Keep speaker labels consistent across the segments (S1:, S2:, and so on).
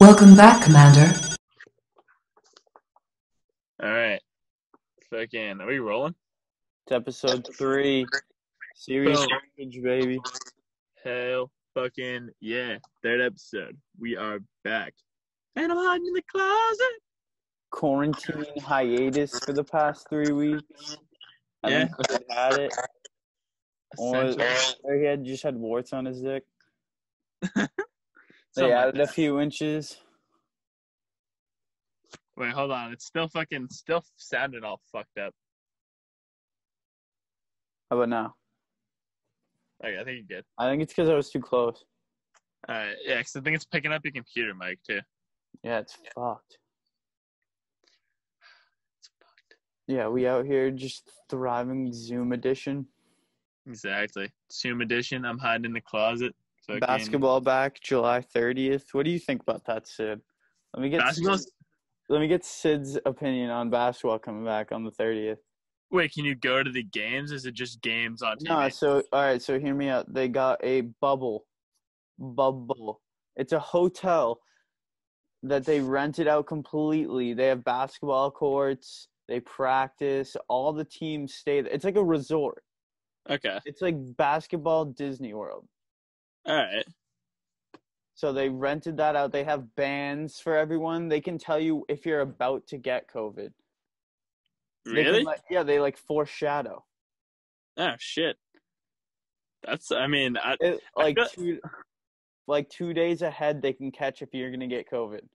S1: Welcome back, Commander.
S2: All right. Fucking, are we rolling?
S3: It's episode three, series
S2: Boom.
S3: package, baby.
S2: Hell fucking yeah. Third episode. We are back. And I'm hiding in the closet.
S3: Quarantine hiatus for the past three weeks. I
S2: Yeah.
S3: think I had it. Or,
S2: Essentially.
S3: or he had just had warts on his dick. They
S2: Something like
S3: added a
S2: that.
S3: few inches.
S2: Wait, hold on. It's still fucking, still sounded all fucked up.
S3: How about now?
S2: Okay, I think you're good.
S3: I think it's because I was too close.
S2: All right. Yeah, 'cause I think it's picking up your computer mic, too.
S3: Yeah, it's fucked.
S2: It's fucked.
S3: Yeah, we out here just thriving Zoom edition.
S2: Exactly. Zoom edition. I'm hiding in the closet. Fucking-
S3: Basketball back July 30th. What do you think about that, Sid? Let me get
S2: Basketball's.
S3: let me get Sid's opinion on basketball coming back on the 30th.
S2: Wait, can you go to the games? Is it just games on TV?
S3: No, so all right, so hear me out. They got a bubble, bubble. It's a hotel that they rented out completely. They have basketball courts. They practice. All the teams stay. There. It's like a resort.
S2: Okay.
S3: It's like basketball Disney World.
S2: All right.
S3: So they rented that out. They have bands for everyone. They can tell you if you're about to get COVID. They can,
S2: Really?
S3: like- yeah, they like foreshadow.
S2: Oh shit. That's I mean, I
S3: It,
S2: I
S3: like
S2: feel-
S3: two, like two days ahead, they can catch if you're gonna get COVID.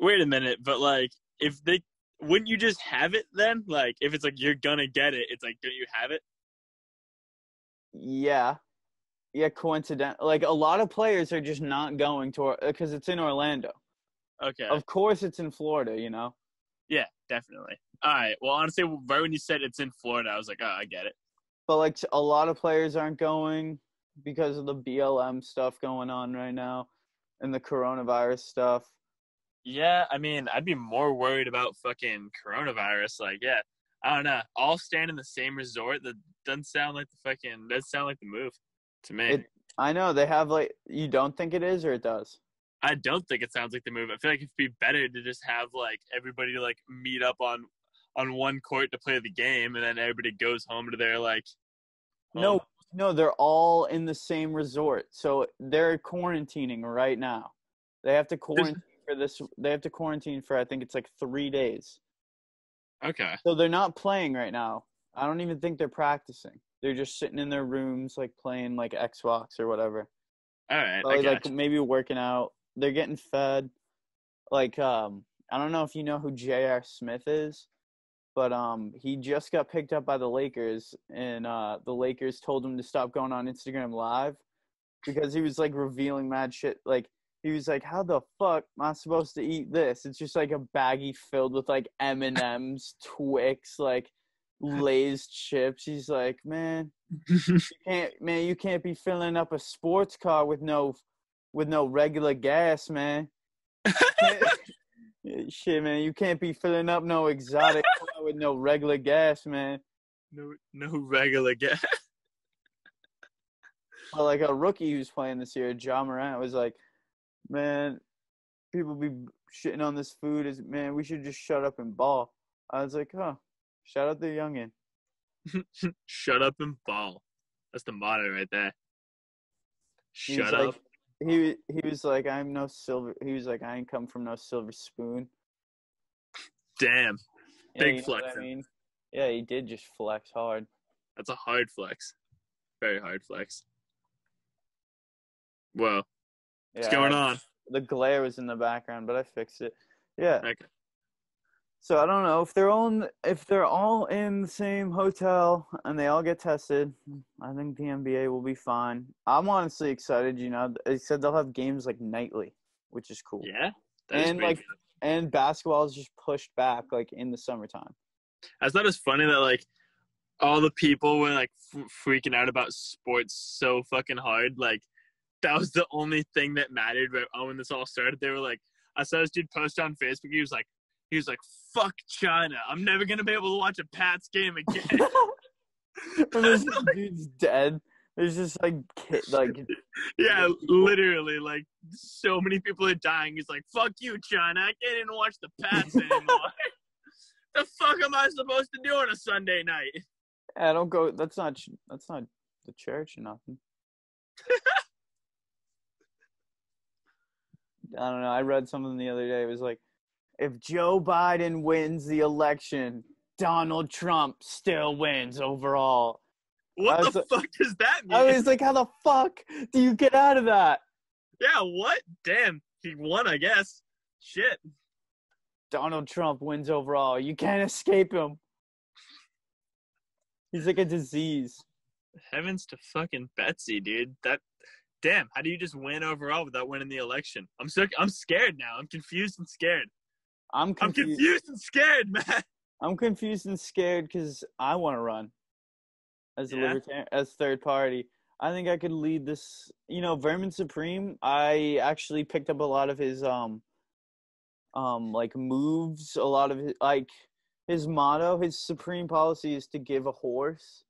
S2: wait a minute, but like if they wouldn't you just have it then? Like if it's like you're gonna get it, it's like don't you have it?
S3: Yeah, yeah. Coincident. Like a lot of players are just not going to because it's in Orlando.
S2: Okay.
S3: Of course, it's in Florida. You know.
S2: Yeah, definitely. All right. Well, honestly, right when you said it's in Florida, I was like, oh, I get it.
S3: but like a lot of players aren't going because of the BLM stuff going on right now and the coronavirus stuff.
S2: Yeah, I mean, I'd be more worried about fucking coronavirus. Like, yeah, I don't know. All staying in the same resort that doesn't sound like the fucking doesn't sound like the move to me.
S3: It- I know they have like you don't think it is or it does.
S2: I don't think it sounds like the move. I feel like it'd be better to just have like everybody like meet up on on one court to play the game, and then everybody goes home to their like.
S3: No,
S2: home.
S3: no, they're all in the same resort. So they're quarantining right now. They have to quarantine for this they have to quarantine for I think it's like 3 days.
S2: Okay.
S3: So they're not playing right now. I don't even think they're practicing. They're just sitting in their rooms like playing like Xbox or whatever.
S2: All right. I
S3: Probably like
S2: gotcha.
S3: maybe working out. They're getting fed. Like um, I don't know if you know who J.R. Smith is, but um, he just got picked up by the Lakers, and uh, the Lakers told him to stop going on Instagram Live because he was like revealing mad shit. Like he was like, "How the fuck am I supposed to eat this?" It's just like a baggie filled with like M and M's, Twix, like Lay's chips. He's like, "Man, can't man you can't be filling up a sports car with no with no regular gas man Yeah, shit man you can't be filling up no exotic car with no regular gas man
S2: no, no regular guy.
S3: but like a rookie who's playing this year john morant was like man people be shitting on this food is man we should just shut up and ball i was like huh shout out the youngin
S2: Shut up and ball. That's the motto right there.
S3: He was
S2: Shut
S3: like-
S2: up.
S3: he he was like i'm no silver he was like i ain't come from no silver spoon
S2: Damn.
S3: Yeah,
S2: Big
S3: you know what
S2: flexing.
S3: I mean? Yeah, he did just flex hard.
S2: That's a hard flex. Very hard flex. Whoa.
S3: Yeah,
S2: What's going on?
S3: The glare was in the background, but I fixed it. Yeah.
S2: Okay.
S3: So I don't know if they're all in, if they're all in the same hotel and they all get tested. I think the NBA will be fine. I'm honestly excited. You know, they said they'll have games like nightly, which is cool.
S2: Yeah. That is
S3: And,
S2: pretty
S3: like,
S2: good.
S3: And basketball is just pushed back like in the summertime.
S2: I thought it was funny that like all the people were like f- freaking out about sports so fucking hard. Like that was the only thing that mattered. But oh, when this all started, they were like, I saw this dude post on Facebook. He was like, he was like, "Fuck China! I'm never gonna be able to watch a Pats game again."
S3: and this dude's dead. It's just like ki- like
S2: Yeah, literally, like so many people are dying. He's like, "Fuck you, China! I can't even watch the Pats anymore. the fuck am I supposed to do on a Sunday night?"
S3: I don't go. That's not ch- that's not the church or nothing. I don't know. I read something the other day. It was like, if Joe Biden wins the election, Donald Trump still wins overall. I
S2: What
S3: was
S2: the
S3: like-
S2: fuck does that mean?
S3: I was like, how the fuck do you get out of that?
S2: yeah, what? Damn, he won, I guess. Shit.
S3: Donald Trump wins overall. You can't escape him. He's like a disease.
S2: Heavens to fucking Betsy, dude. That damn, how do you just win overall without winning the election? I'm so I'm scared now. I'm confused and scared.
S3: I'm
S2: I'm
S3: confused. I'm confused,
S2: confused and scared, man.
S3: and scared because I want to run as a
S2: Yeah.
S3: libertarian, as third party. I think I could lead this. You know, Vermin Supreme. I actually picked up a lot of his um, um, like moves. A lot of his, like his motto, his supreme policy is to give a horse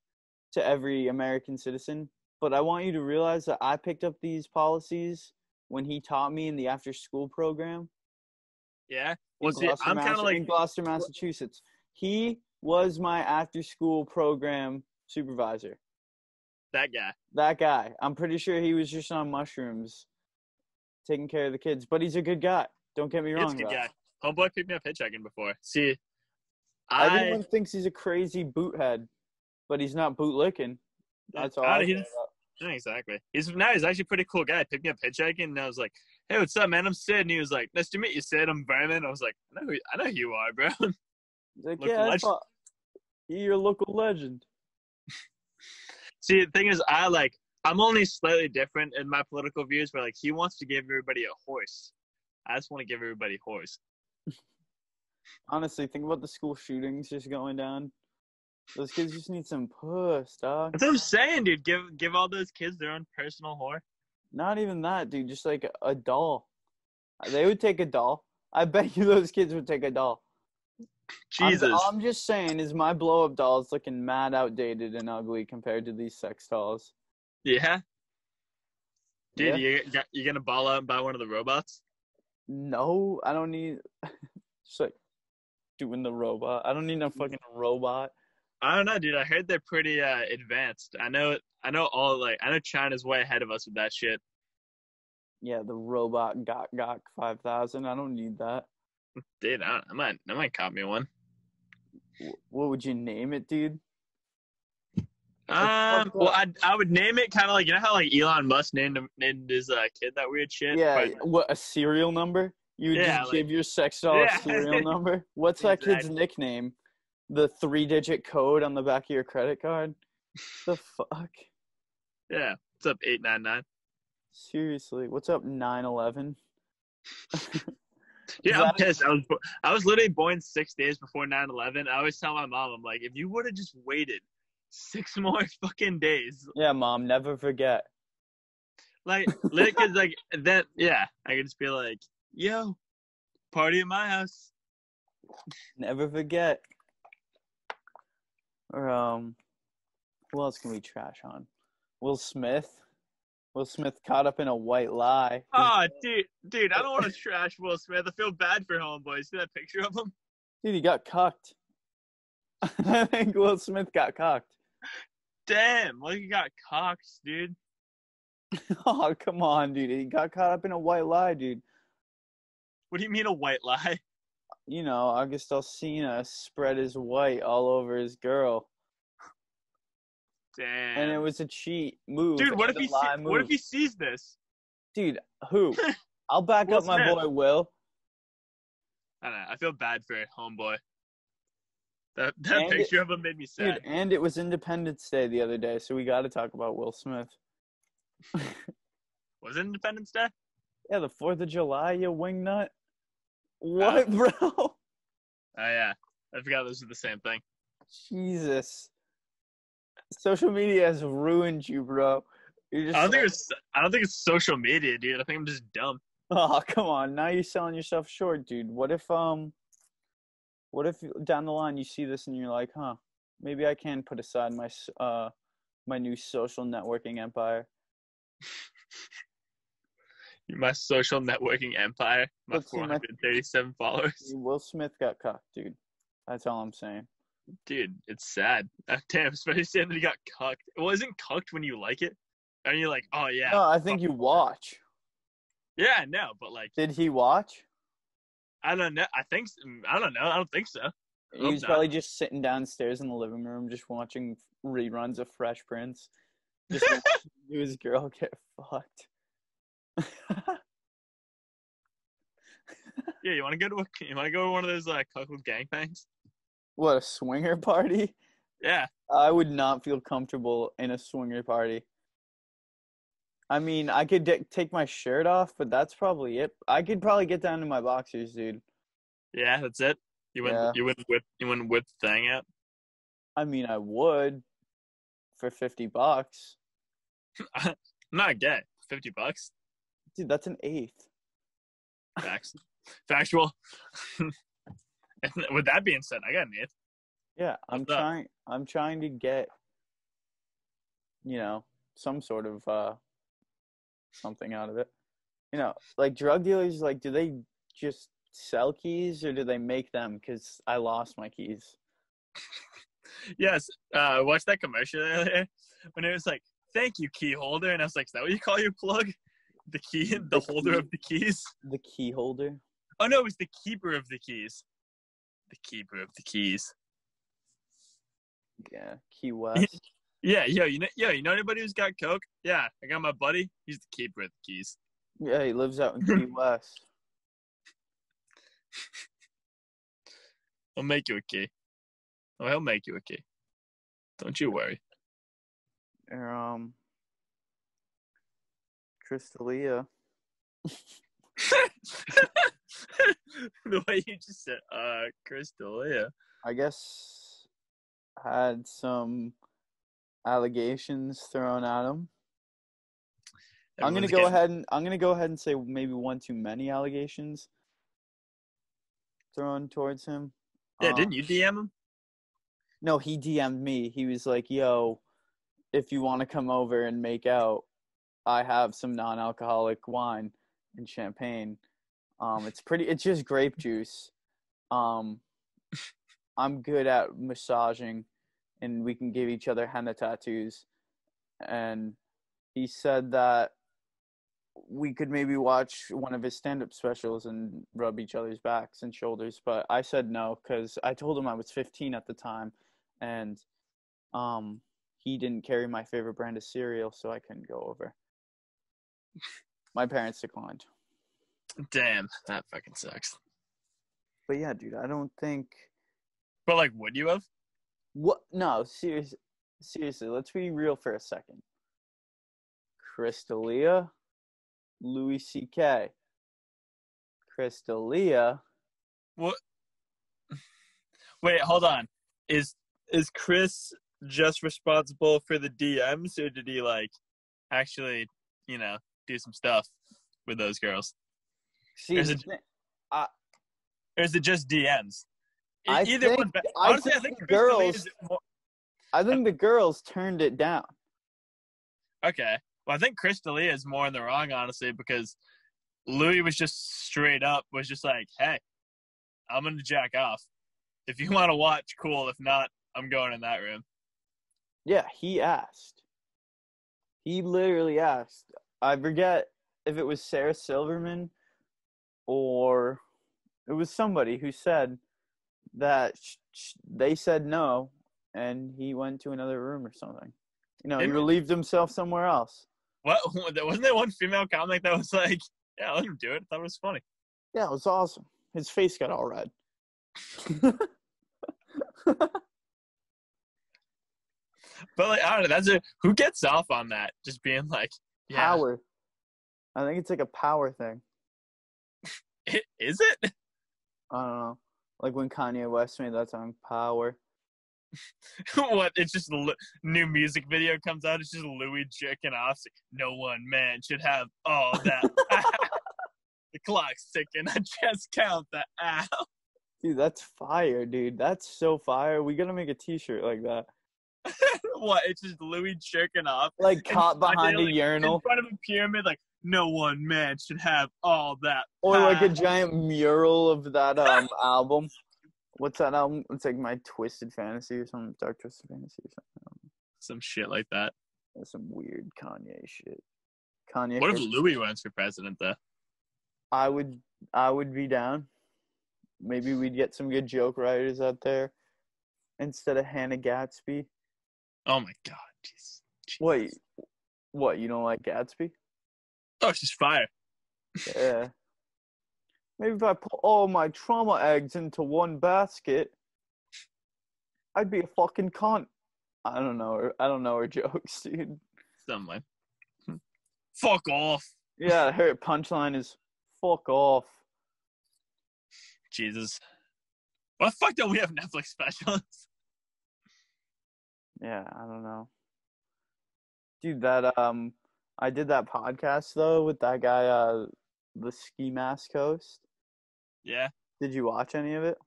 S3: to every American citizen. But I want you to realize that I picked up these policies when he taught me in the after-school program.
S2: Yeah. Well, see,
S3: Gloucester,
S2: I'm kind
S3: Massa-
S2: of like
S3: in Gloucester, Massachusetts. He was my after school program supervisor.
S2: that guy.
S3: That guy. I'm pretty sure he was just on mushrooms, taking care of the kids. But he's a good guy. Don't get me
S2: It's
S3: wrong.
S2: a good
S3: though.
S2: guy. Homeboy picked me up hitchhiking before. See, I,
S3: Everyone thinks he's a crazy boothead, but he's not bootlicking. That's all.
S2: I-
S3: I
S2: he
S3: care
S2: just-
S3: about.
S2: Yeah, exactly. He's now he's actually a pretty cool guy. He Picked me up hitchhiking, and I was like, "Hey, what's up, man? I'm Sid." And he was like, "Nice to meet you, Sid. I'm Vermin." I was like, "I know, who, I know who you are, bro."
S3: He's like,
S2: local
S3: yeah, that's
S2: legend.
S3: all. you're a local legend.
S2: See, the thing is, I like I'm only slightly different in my political views, but like he wants to give everybody a horse. I just want to give everybody horse.
S3: Honestly, think about the school shootings just going down. Those kids just need some puss, dog.
S2: That's what I'm saying, dude. Give give all those kids their own personal whore.
S3: Not even that, dude. Just like a doll. They would take a doll. I bet you those kids would take a doll. I'm-
S2: Jesus.
S3: All I'm, just saying is my blow up doll is looking mad outdated and ugly compared to these sex dolls.
S2: yeah. Dude,
S3: Yeah.
S2: you got- you gonna ball out and buy one of the robots?
S3: No, I don't need. just like doing the robot. I don't need no
S2: Mm-hmm.
S3: fucking robot.
S2: I don't know, dude. I heard they're pretty uh, advanced. I know, I know all like I know China's way ahead of us with that shit.
S3: Yeah, the robot Gok Gok 5000. I don't need that.
S2: Dude, I, I might, I might cop me one.
S3: Wh- What would you name it, dude?
S2: Um,
S3: fucked
S2: well,
S3: up.
S2: I, I would name it kind of like you know how like Elon Musk named him, named his uh, kid that weird shit.
S3: Yeah,
S2: But
S3: what a serial number? You would
S2: Yeah,
S3: just
S2: like-
S3: give your sex doll
S2: Yeah.
S3: a serial number? What's that kid's
S2: Exactly.
S3: nickname? The three digit code on the back of your credit card? the fuck?
S2: yeah, what's up eight nine nine?
S3: Seriously, what's up 911?
S2: Yeah, I'm
S3: That-
S2: pissed. I was, bo- I was literally born six days before 9-11. I always tell my mom, I'm like, if you would have just waited six more fucking days,
S3: Yeah, mom, never forget.
S2: Like, lit kids, like that. Yeah, I could just be like, "Yo, party at my house."
S3: Never forget. Or um who else can we trash on? Will Smith? Will Smith caught up in a white lie.
S2: Oh, dude, dude, I don't want to trash Will Smith. I feel bad for homeboy. See that picture of him?
S3: Dude, he got cocked. I think Will Smith got cocked.
S2: Damn, look, he got cocks, dude.
S3: Oh, come on, dude. He got caught up in a white lie, dude.
S2: What do you mean a white lie?
S3: You know, August Alsina spread his white all over his girl.
S2: Damn,
S3: And it was a cheat move.
S2: dude. What if
S3: and a
S2: he?
S3: lie
S2: See- what if
S3: move.
S2: he sees this?
S3: Dude, who? I'll back
S2: Will
S3: up my
S2: Smith.
S3: boy Will.
S2: I don't know. I feel bad for homeboy. That that
S3: And it-
S2: picture of him made me
S3: Dude,
S2: sad.
S3: and it was Independence Day the other day, so we got to talk about Will Smith.
S2: Was it Independence Day?
S3: Yeah, the 4th of July, you wingnut. What, bro?
S2: Oh yeah, I forgot those are the same thing.
S3: Jesus. Social media has ruined you, bro. You're just
S2: I don't think
S3: like-
S2: it's. I don't think it's social media, dude. I think I'm just dumb.
S3: Oh, come on. Now you're selling yourself short, dude. What if um what if down the line you see this and you're like, "Huh, maybe I can put aside my s- uh my new social networking empire.
S2: My social networking empire. My
S3: Let's see, my-
S2: 437 followers.
S3: Will Smith got cocked, dude. That's all I'm saying.
S2: Dude, it's sad. Uh, damn, especially saying that he got cucked. It wasn't cucked when you like it. And you're like, oh, yeah.
S3: No, I think you watch.
S2: Yeah, no, but like,
S3: Did he watch?
S2: I don't know. I think, s- I don't know. I don't think so.
S3: He
S2: hope
S3: was
S2: not.
S3: probably just sitting downstairs in the living room, just watching reruns of Fresh Prince. Just watching his girl get fucked.
S2: Yeah, you want to go to a, you want to go to one of those uh, like cuckold gangbangs?
S3: What a swinger party!
S2: Yeah,
S3: I would not feel comfortable in a swinger party. I mean, I could de- take my shirt off, but that's probably it. I could probably get down to my boxers, dude.
S2: yeah, that's it. You wouldn't,
S3: Yeah.
S2: you wouldn't whip, you wouldn't whip the thing out.
S3: I mean, I would for 50 bucks.
S2: I'm not gay. Fifty bucks.
S3: Dude, that's an eighth.
S2: Facts. Factual. With that being said, I got an eighth.
S3: Yeah, I'm
S2: What's up?
S3: trying I'm trying to get you know, some sort of uh something out of it. You know, like drug dealers like do they just sell keys or do they make them cuz I lost my keys.
S2: Yes. Uh, I watched that commercial earlier when it was like, "Thank you, key holder," and I was like, "Is that what you call your plug? The key, the
S3: The
S2: holder
S3: key.
S2: of the keys?"
S3: The key holder.
S2: Oh no, it was the keeper of the keys. The keeper of the keys.
S3: Yeah, Key West.
S2: Yeah, yo, you know, yo, you know anybody who's got coke? Yeah, I got my buddy. He's the keeper of the keys.
S3: yeah, he lives out in Key West.
S2: I'll make you a key. Oh, he'll make you a key. Don't you worry.
S3: Or, um Crystalia.
S2: the way you just said, uh, Crystal, yeah.
S3: I guess had some allegations thrown at him. I'm gonna
S2: Everyone's
S3: go
S2: getting-
S3: ahead and I'm gonna go ahead and say maybe one too many allegations thrown towards him.
S2: Yeah,
S3: Um,
S2: didn't you DM him?
S3: No, he DM'd me. He was like, "Yo, if you want to come over and make out, I have some non-alcoholic wine and champagne. Um, it's pretty. It's just grape juice. Um, I'm good at massaging, and we can give each other henna tattoos." And he said that we could maybe watch one of his stand-up specials and rub each other's backs and shoulders, but I said no because I told him I was 15 at the time, and um, he didn't carry my favorite brand of cereal, so I couldn't go over. My parents declined.
S2: Damn, that fucking sucks.
S3: But yeah, dude, I don't think
S2: But like, would you have?
S3: what. No, serious, seriously, let's be real for a second. Crystalia, Louis C.K. Crystalia.
S2: Wait, hold on. Is is Chris just responsible for the DMs, or did he like actually, you know, do some stuff with those girls?
S3: See,
S2: There's
S3: the
S2: a-
S3: thi-
S2: Or is it just DMs? E-
S3: I
S2: Either
S3: think-
S2: one. but
S3: I
S2: Honestly, I
S3: think
S2: think Chris D'Elia
S3: girls-
S2: is more-
S3: I think the girls turned it down.
S2: Okay. Well, I think Chris D'Elia is more in the wrong, honestly, because Louis was just straight up was just like, "Hey, I'm gonna jack off. If you want to watch, cool. If not, I'm going in that room."
S3: Yeah, he asked. He literally asked. I forget if it was Sarah Silverman or it was somebody who said that sh- sh- they said no and he went to another room or something. You know, he
S2: Didn't-
S3: relieved himself somewhere else.
S2: What? Wasn't there one female comic that was like, "Yeah, let him do it. I thought it was funny."
S3: Yeah, it was awesome. His face got all red.
S2: But like, I don't know. That's a who gets off on that? Just being like, "Yeah,
S3: Power. I think it's like a power thing.
S2: i- is it?"
S3: I don't know. Like when Kanye West made that song Power.
S2: what? It's just Lu- new music video comes out. It's just Louis jerking off. It's like, no one man should have all that. the clock's ticking. I just count the hours.
S3: Dude, that's fire, dude. That's so fire. We gotta make a t shirt like that.
S2: what? It's just Louis jerking off
S3: Like caught behind a
S2: like, in
S3: urinal
S2: front of a pyramid. Like no one man should have all that.
S3: or like a
S2: pie.
S3: giant mural of that um album. What's that album? It's like my twisted fantasy or some dark twisted fantasy or something.
S2: some shit like that.
S3: That's some weird Kanye shit. Kanye.
S2: What if
S3: for-
S2: Louis runs for president though?
S3: I would I would be down. Maybe we'd get some good joke writers out there instead of Hannah Gatsby.
S2: Oh my god, jeez. Jeez.
S3: Wait, what? You don't like Gatsby?
S2: Oh, she's fire.
S3: Yeah. Maybe if I put all my trauma eggs into one basket, I'd be a fucking cunt. I don't know. Her, I don't know her jokes, dude.
S2: Someone. hmm. Fuck off.
S3: Yeah, her punchline is "fuck off."
S2: Jesus. Why the fuck don't we have Netflix specials?
S3: Yeah, I don't know. Dude, that um I did that podcast though with that guy uh the ski mask host.
S2: Yeah.
S3: Did you watch any of it?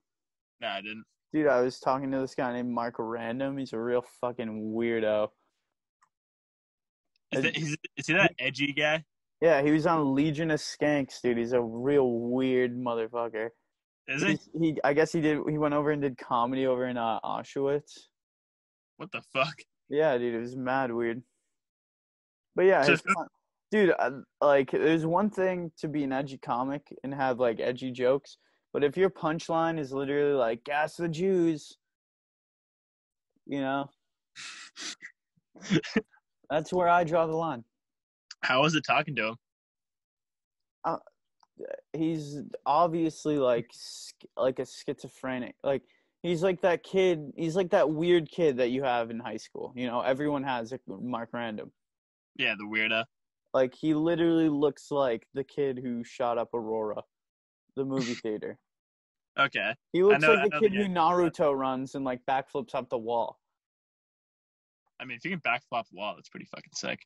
S2: No, I didn't.
S3: Dude, I was talking to this guy named Mark Random. He's a real fucking weirdo.
S2: Is,
S3: Uh,
S2: that, is, is he that edgy guy?
S3: Yeah, he was on Legion of Skanks, dude. He's a real weird motherfucker.
S2: Is he?
S3: He's, he I guess he did he went over and did comedy over in uh, Auschwitz.
S2: What the fuck?
S3: Yeah, dude, it was mad weird. But yeah,
S2: So
S3: his
S2: who-
S3: con- dude, I, like, there's one thing to be an edgy comic and have like edgy jokes, but if your punchline is literally like "gas the Jews," you know, that's where I draw the line.
S2: How was it talking to him?
S3: He's obviously like sch- like a schizophrenic, like. He's like that kid. He's like that weird kid that you have in high school. You know, everyone has like Mark Random.
S2: Yeah, the weirdo.
S3: Like he literally looks like the kid who shot up Aurora, the movie theater.
S2: Okay.
S3: He looks
S2: know- I
S3: like
S2: know
S3: the
S2: the
S3: kid who
S2: guy.
S3: Naruto runs and like backflips up the wall,
S2: I mean, if you can backflop a wall, that's pretty fucking sick.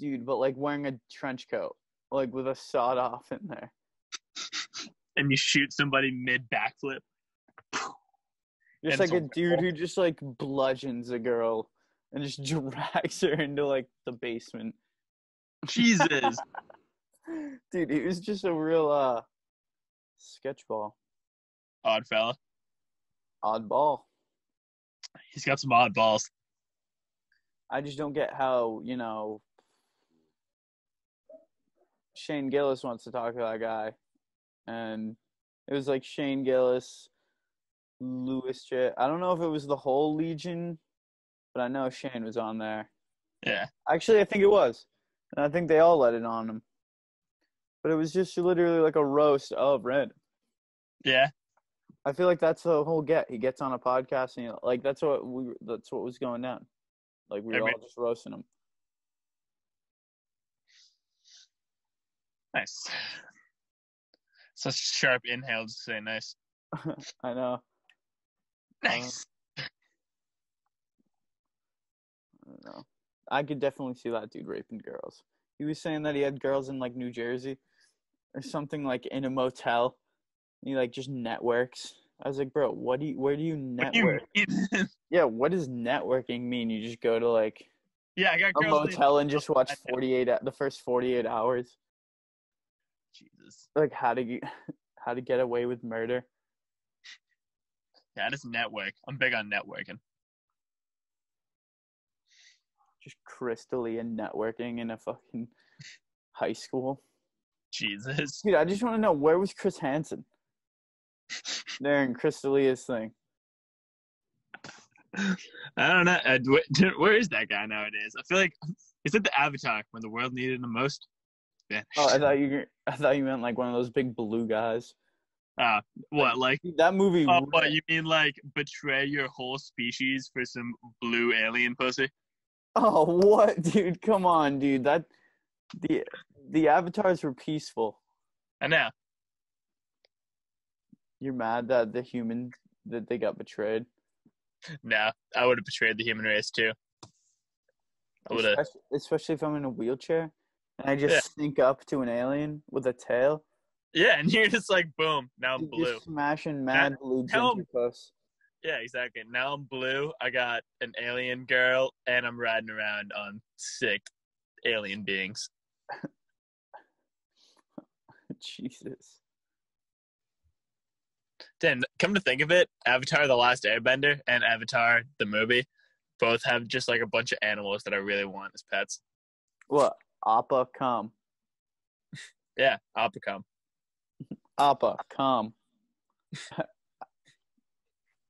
S3: dude. But like wearing a trench coat, like with a sawed off in there.
S2: And you shoot somebody mid backflip.
S3: Just
S2: And
S3: like a
S2: it's
S3: dude who just like bludgeons a girl and just drags her into like the basement.
S2: Jesus.
S3: Dude, he was just a real uh sketchball,
S2: Odd fella.
S3: oddball.
S2: He's got some odd balls.
S3: I just don't get how you know Shane Gillis wants to talk to that guy, and it was like Shane Gillis, Lewis. J- I don't know if it was the whole Legion, but I know Shane was on there.
S2: Yeah.
S3: Actually, I think it was, and I think they all let it on him. But it was just literally like a roast of Red.
S2: Yeah.
S3: I feel like that's the whole get. He gets on a podcast and he, like that's what we that's what was going down. Like we were
S2: Every-
S3: all just roasting him.
S2: Nice. Such a sharp inhale to say nice.
S3: I know.
S2: Nice.
S3: I don't know. I could definitely see that dude raping girls. He was saying that he had girls in like New Jersey or something like in a motel. And he like just networks. I was like, bro, what do you where do you
S2: What do you
S3: network?
S2: mean?
S3: yeah, what does networking mean? You just go to like
S2: yeah, I got
S3: a
S2: girls. named-
S3: motel and just watch
S2: I know.
S3: forty eight the first forty eight hours.
S2: Jesus.
S3: Like how to get how to get away with murder.
S2: Yeah, just network. I'm big on networking.
S3: Just crystally and networking in a fucking high school.
S2: Jesus.
S3: Dude, I just want to know where was Chris Hansen during Chris D'Elia's thing?
S2: I don't know. Uh, wh- where is that guy nowadays? I feel like is it the Avatar when the world needed him the most? Yeah.
S3: Oh, I thought you I thought you meant like one of those big blue guys.
S2: what like?
S3: Dude, that movie.
S2: Oh, what you mean like betray your whole species for some blue alien pussy?
S3: oh, what, dude? Come on, dude. That the the avatars were peaceful.
S2: I know.
S3: You're mad that the human that they got betrayed.
S2: No, I would have betrayed the human race too. I would have.
S3: Especially, especially if I'm in a wheelchair and I just
S2: Yeah.
S3: sneak up to an alien with a tail.
S2: Yeah, and you're just like, boom. Now I'm
S3: Dude,
S2: blue.
S3: Just smashing mad blue
S2: tell
S3: ginger puss.
S2: Yeah, exactly. Now I'm blue. I got an alien girl, and I'm riding around on sick alien beings.
S3: Jesus.
S2: Then, come to think of it, Avatar: The Last Airbender and Avatar: The Movie both have just like a bunch of animals that I really want as pets.
S3: What? Appa come.
S2: Yeah, I'll become.
S3: Appa come.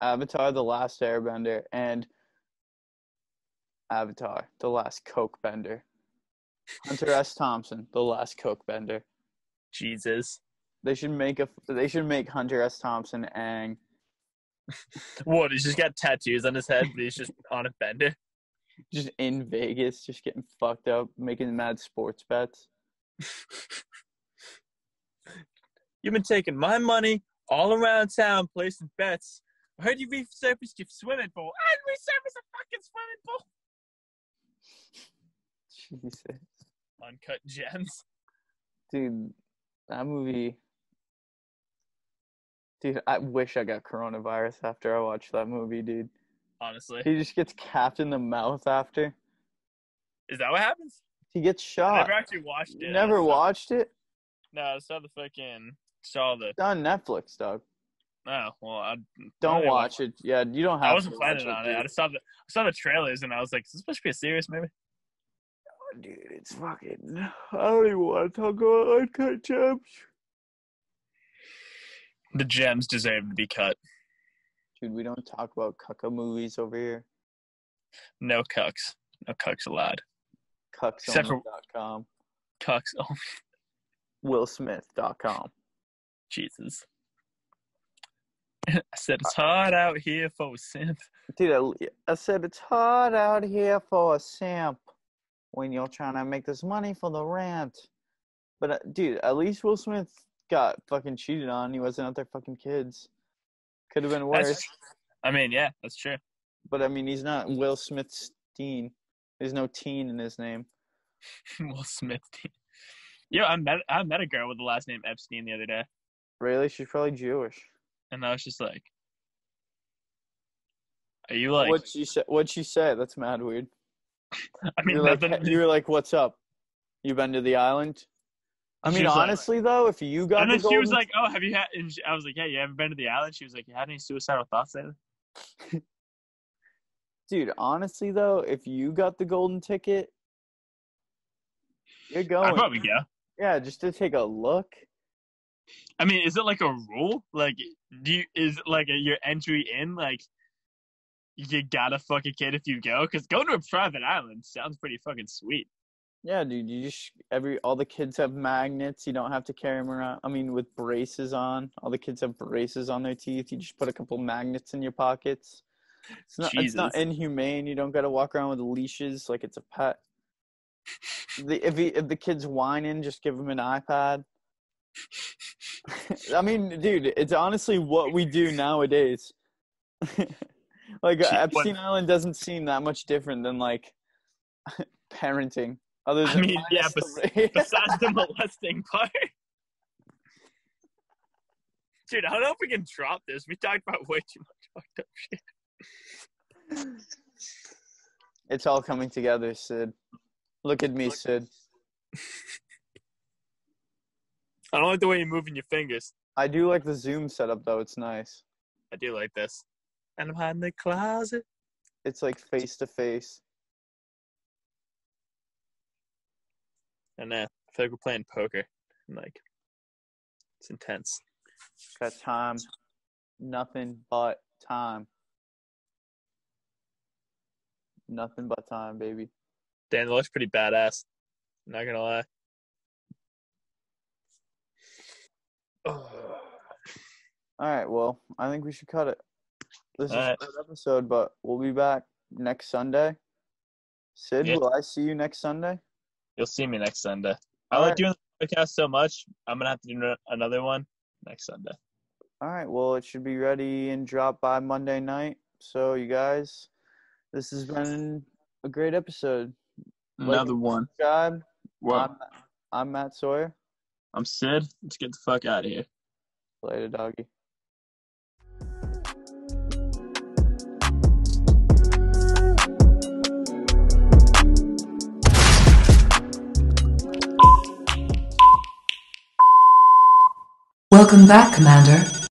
S3: Avatar: The Last Airbender and Avatar: The Last Coke Bender. Hunter S. Thompson: The Last Coke Bender.
S2: Jesus.
S3: They should make a. They should make Hunter S. Thompson Ang.
S2: What? He's just got tattoos on his head, but he's just on a bender.
S3: just in Vegas, just getting fucked up, making mad sports bets.
S2: You've been taking my money all around town, placing bets. I heard you resurfaced your swimming pool. I resurfaced a fucking swimming pool.
S3: Jesus,
S2: Uncut gems.
S3: dude, that movie. Dude, I wish I got coronavirus after I watched that movie, dude.
S2: Honestly,
S3: He just gets capped in the mouth after
S2: is that what happens?
S3: he gets
S2: I
S3: shot.
S2: never actually watched it.
S3: You Ah, never
S2: I saw-
S3: watched it?
S2: No, I saw the fucking saw the.
S3: It's on Netflix, dog.
S2: Oh well, I
S3: Don't
S2: didn't
S3: watch it. Yeah, you don't have.
S2: I wasn't
S3: to watch
S2: planning on it. I
S3: dude.
S2: just saw the I saw the trailers and I was like, is this supposed to be a serious movie?
S3: dude. It's fucking. I don't even want to talk about uncut gems.
S2: The gems deserve to be cut.
S3: Dude, we don't talk about cucka movies over here.
S2: No cucks. No cucks allowed. Except for-
S3: Cucksonly.com,
S2: Cucks. Oh
S3: willsmith.com.
S2: Jesus. I said it's hard out here for a simp.
S3: Dude, I, I said it's hard out here for a simp when you're trying to make this money for the rent. But, uh, dude, at least Will Smith got fucking cheated on. He wasn't out there fucking kids. Could have been
S2: That's-
S3: worse.
S2: I mean, yeah, that's true.
S3: But, I mean, he's not Will Smith's teen. There's no teen in his name.
S2: Will Smith. Yo, I met I met a girl with the last name Epstein the other day,
S3: Really? She's probably Jewish.
S2: and I was just like, "Are you like?"
S3: what'd she say? What'd she say? That's mad weird.
S2: I mean,
S3: you were like,
S2: nothing.
S3: you were like, what's up? You been to the island? I
S2: She
S3: mean,
S2: was like-
S3: honestly though, if you got
S2: and
S3: the
S2: then she was
S3: golden-
S2: like, "Oh, have you had?" And she, I was like, "Yeah, you ever been to the island?" She was like, "You had any suicidal thoughts lately?"
S3: dude, honestly though, if you got the golden ticket, you're going.
S2: I'd probably go.
S3: Yeah, just to take a look.
S2: I mean, is it like a rule? Like, do you is it like a, your entry in like you gotta fuck a kid if you go? Because going to a private island sounds pretty fucking sweet.
S3: Yeah, dude, you just every all the kids have magnets. You don't have to carry them around. I mean, with braces on, all the kids have braces on their teeth. You just put a couple magnets in your pockets. It's not, it's not
S2: Jesus.
S3: inhumane. You don't got to walk around with leashes like it's a pet. The, if he, if the kid's whining, just give him an iPad. I mean, dude, it's honestly what we do nowadays. like
S2: Gee, what-
S3: Epstein Island doesn't seem that much different than like parenting. Other
S2: I
S3: than
S2: mean, yeah,
S3: minus the-
S2: Besides the molesting part. Dude, I don't know if we can drop this. We talked about way too much fucked up shit.
S3: it's all coming together, Sid. Look at me, Sid.
S2: I don't like the way you're moving your fingers.
S3: I do like the Zoom setup though. It's nice.
S2: I do like this. And I'm hiding in the closet.
S3: It's like face to face.
S2: And uh, I feel like we're playing poker. And, like, it's intense.
S3: Got time. Nothing but time. Nothing but time, baby.
S2: Dan looks pretty badass. Not gonna lie.
S3: All right, well, I think we should cut it. This is
S2: All right.
S3: an episode, but we'll be back next Sunday. Sid,
S2: Yeah.
S3: will I see you next Sunday?
S2: You'll see me next Sunday. I
S3: All
S2: like
S3: right.
S2: doing the podcast so much. I'm gonna have to do no- another one next Sunday.
S3: All right, well, it should be ready and dropped by Monday night. So, you guys, this has been a great episode. Like- Another
S2: one.
S3: Subscribe.
S2: Well,
S3: I'm, I'm Matt Sawyer.
S2: I'm Sid. Let's get the fuck out of here.
S3: Later, doggy.
S1: Welcome back, Commander.